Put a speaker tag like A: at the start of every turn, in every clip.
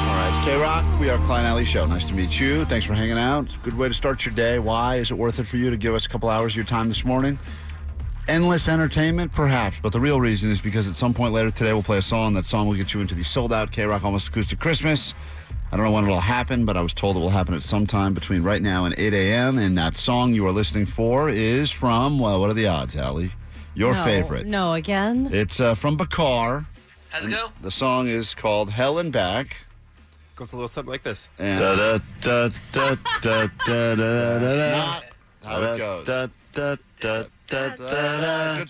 A: All right, it's K Rock. We are Klein Alley Show. Nice to meet you. Thanks for hanging out. It's a good way to start your day. Why is it worth it for you to give us a couple hours of your time this morning? Endless entertainment, perhaps, but the real reason is because at some point later today we'll play a song. That song will get you into the sold out K Rock Almost Acoustic Christmas. I don't know when it'll happen, but I was told it will happen at some time between right now and 8 a.m. And that song you are listening for is from, well, what are the odds, Allie? Your favorite.
B: No, again?
A: It's uh, from Bakar.
C: How's it go?
A: The song is called Hell and Back.
D: Goes a little something like this.
A: And not how it goes. Good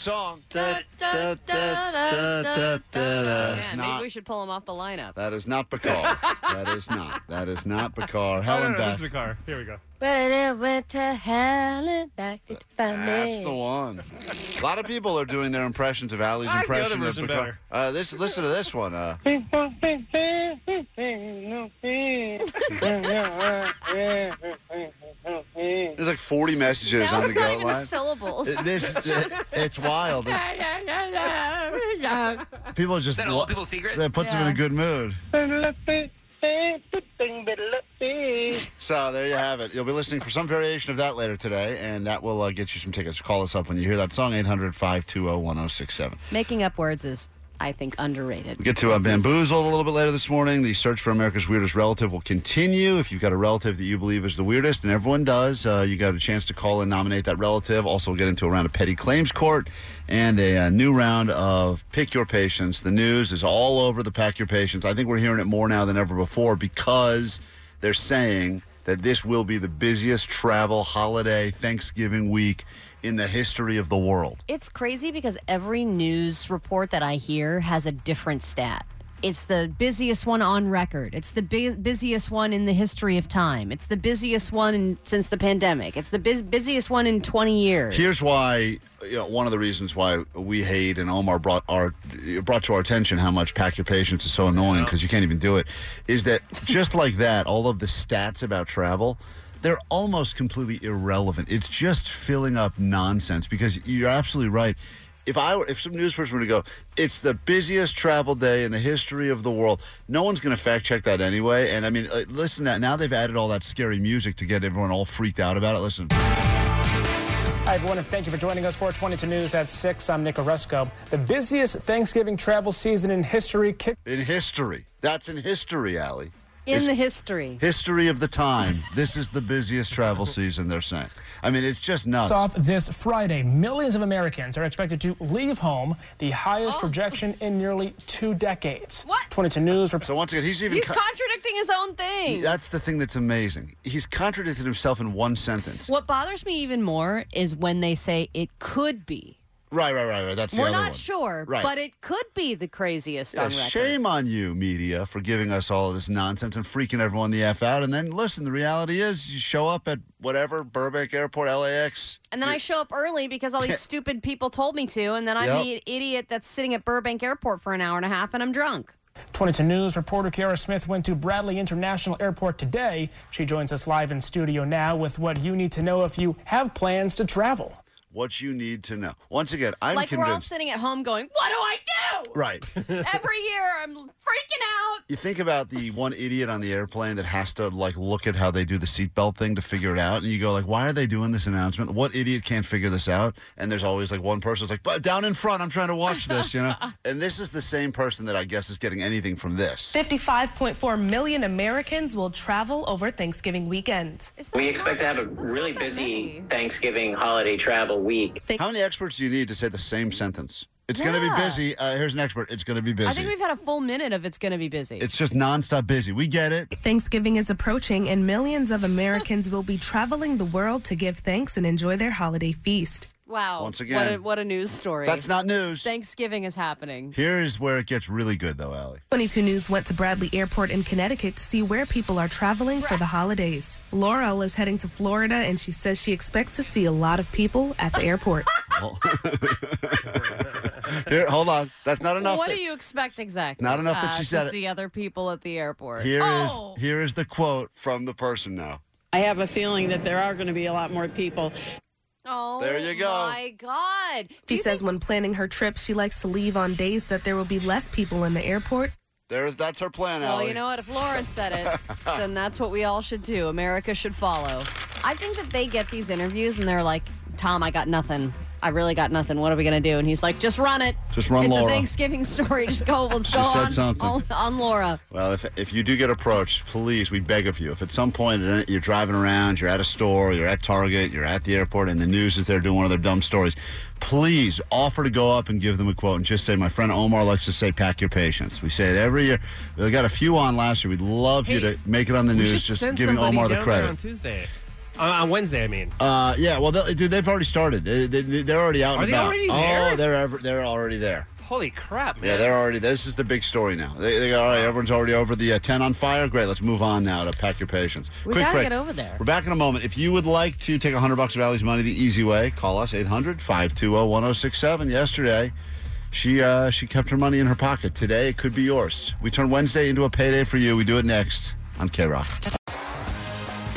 A: song.
B: Yeah,
A: That's
B: maybe
A: not.
B: we should pull him off the lineup.
A: That is not Bakar. that is not. That is not Bakar.
D: No,
A: Helen
D: no, no, this
A: back.
D: is my car. Here we go.
B: But it went to hell and back. It's
A: That's the one. A lot of people are doing their impressions of Allie's
D: I like the other
A: impression of
D: version
A: Bakar.
D: better.
A: Uh, this, listen to this one. Uh, there's like 40 messages
B: That
A: on
B: was
A: the
B: not
A: go
B: even
A: line.
B: syllables.
A: It- This, it- it's wild. People just
C: that an old people's secret?
A: That puts them in
B: Yeah.
A: a good mood. So there you have it. You'll be listening for some variation of that later today, and that will uh, get you some tickets. Call us up when you hear that song, 800 520 1067.
B: Making up words is, I think, underrated.
A: We'll get to uh, Bamboozled a little bit later this morning. The search for America's Weirdest Relative will continue. If you've got a relative that you believe is the weirdest, and everyone does, uh, you got a chance to call and nominate that relative. Also, we'll get into a round of petty claims court and a uh, new round of pick your patients. The news is all over the pack your patients. I think we're hearing it more now than ever before because they're saying that this will be the busiest travel holiday Thanksgiving week in the history of the world.
E: It's crazy because every news report that I hear has a different stat. It's the busiest one on record. It's the bu- busiest one in the history of time. It's the busiest one in, since the pandemic. It's the bus- busiest one in 20 years.
A: Here's why, you know, one of the reasons why we hate and Omar brought our brought to our attention how much pack your patience is so annoying because you can't even do it, is that just like that, all of the stats about travel, they're almost completely irrelevant. It's just filling up nonsense because you're absolutely right. If I were, if some news person were to go, it's the busiest travel day in the history of the world. No one's going to fact check that anyway. And I mean, uh, listen to that. Now they've added all that scary music to get everyone all freaked out about it. Listen.
F: Hi, everyone, and thank you for joining us for 22 News at 6. I'm Nick Oresco. The busiest Thanksgiving travel season in history kicked
A: In history. That's in history, Allie.
B: In the history.
A: History of the time. this is the busiest travel season, they're saying. I mean, it's just nuts.
F: off this Friday. Millions of Americans are expected to leave home, the
E: Oh,
F: highest projection in nearly two decades.
B: What?
F: 22 News reports.
A: So once again, he's even.
B: He's
A: co-
B: contradicting his own thing.
A: that's the thing that's amazing. He's contradicted himself in one sentence.
E: what bothers me even more is when they say it could be.
A: Right, right, right, right. That's the
E: We're
A: other
E: not
A: one.
E: sure,
A: Right.
E: but it could be the craziest
A: Yeah,
E: on record.
A: shame on you, media, for giving us all of this nonsense and freaking everyone the F out. And then, listen, the reality is you show up at whatever, Burbank Airport, LAX.
B: And then I show up early because all these stupid people told me to, and then I'm
A: Yep.
B: the idiot that's sitting at Burbank Airport for an hour and a half and I'm drunk.
F: 22 News reporter Kiara Smith went to Bradley International Airport today. She joins us live in studio now with what you need to know if you have plans to travel.
A: what you need to know. Once again, I'm
E: like we're all
A: convinced.
E: sitting at home going, "What do I do?"
A: right.
E: Every year I'm freaking out.
A: You think about the one idiot on the airplane that has to like look at how they do the seatbelt thing to figure it out, and you go like, "Why are they doing this announcement? What idiot can't figure this out?" And there's always like one person's like, "But down in front, I'm trying to watch this," you know. and this is the same person that I guess is getting anything from this.
C: 55.4 million Americans will travel over Thanksgiving weekend.
G: We expect to have a really busy Thanksgiving holiday travel week.
A: How many experts do you need to say the same sentence? It's going to be busy. Uh, here's an expert. It's going to be busy.
E: I think we've had a full minute of it's going to be busy.
A: it's just nonstop busy. We get it.
C: Thanksgiving is approaching, and millions of Americans will be traveling the world to give thanks and enjoy their holiday feast.
E: wow.
A: Once again.
E: what a, what a news story.
A: That's not news.
E: Thanksgiving is happening.
A: Here is where it gets really good, though, Allie.
C: 22 News went to Bradley Airport in Connecticut to see where people are traveling for the holidays. Laurel is heading to Florida, and she says she expects to see a lot of people at the airport.
A: Here, hold on. That's not enough.
E: what
A: that-
E: do you expect exactly?
A: Not enough that
E: uh,
A: she said
E: to
A: it.
E: see other people at the airport.
A: Here is
E: Oh!
A: here is the quote from the person now.
H: I have a feeling that there are going to be a lot more people.
E: Oh,
A: There you go.
E: My God.
C: She says when planning her trip, she likes to leave on days that there will be less people in the airport.
A: There's that's her plan,
E: Well,
A: Allie.
E: you know what? If Lauren said it, then that's what we all should do. America should follow. I think that they get these interviews and they're like, Tom, I got nothing. I really got nothing. What are we going to do? And he's like, just run it.
A: Just run
E: it's
A: Laura."
E: a Thanksgiving story. Just go. Let's go
A: said
E: on,
A: something.
E: on, on Laura.
A: Well, if if you do get approached, please, we beg of you. If at some point in- you're driving around, you're at a store, you're at Target, you're at the airport, and the news is there doing one of their dumb stories, please offer to go up and give them a quote and just say, "My friend Omar likes to say, pack your patience." We say it every year. We got a few on last year. We'd love you to make it on the
D: We
A: news,
D: should
A: just
D: send
A: giving
D: somebody
A: Omar the
D: down there
A: credit.
D: on Tuesday. On- on Wednesday, I mean.
A: Uh, yeah, well, they- dude, they've already started. They, they, they're already out.
D: Are
A: and
D: they
A: about.
D: already there?
A: Oh, they're ever, they're already there.
D: Holy crap, man.
A: Yeah, they're already. This is the big story now. They, they go, all right, everyone's already over the uh, ten on fire. Great, let's move on now to pack your patience.
E: We
A: Quick
E: gotta
A: break.
E: get over there.
A: We're back in a moment. If you would like to take hundred bucks of Allie's money the easy way, call us oh, 800-520-1067. Yesterday, she uh, she kept her money in her pocket. Today, it could be yours. We turn Wednesday into a payday for you. We do it next on K Rock.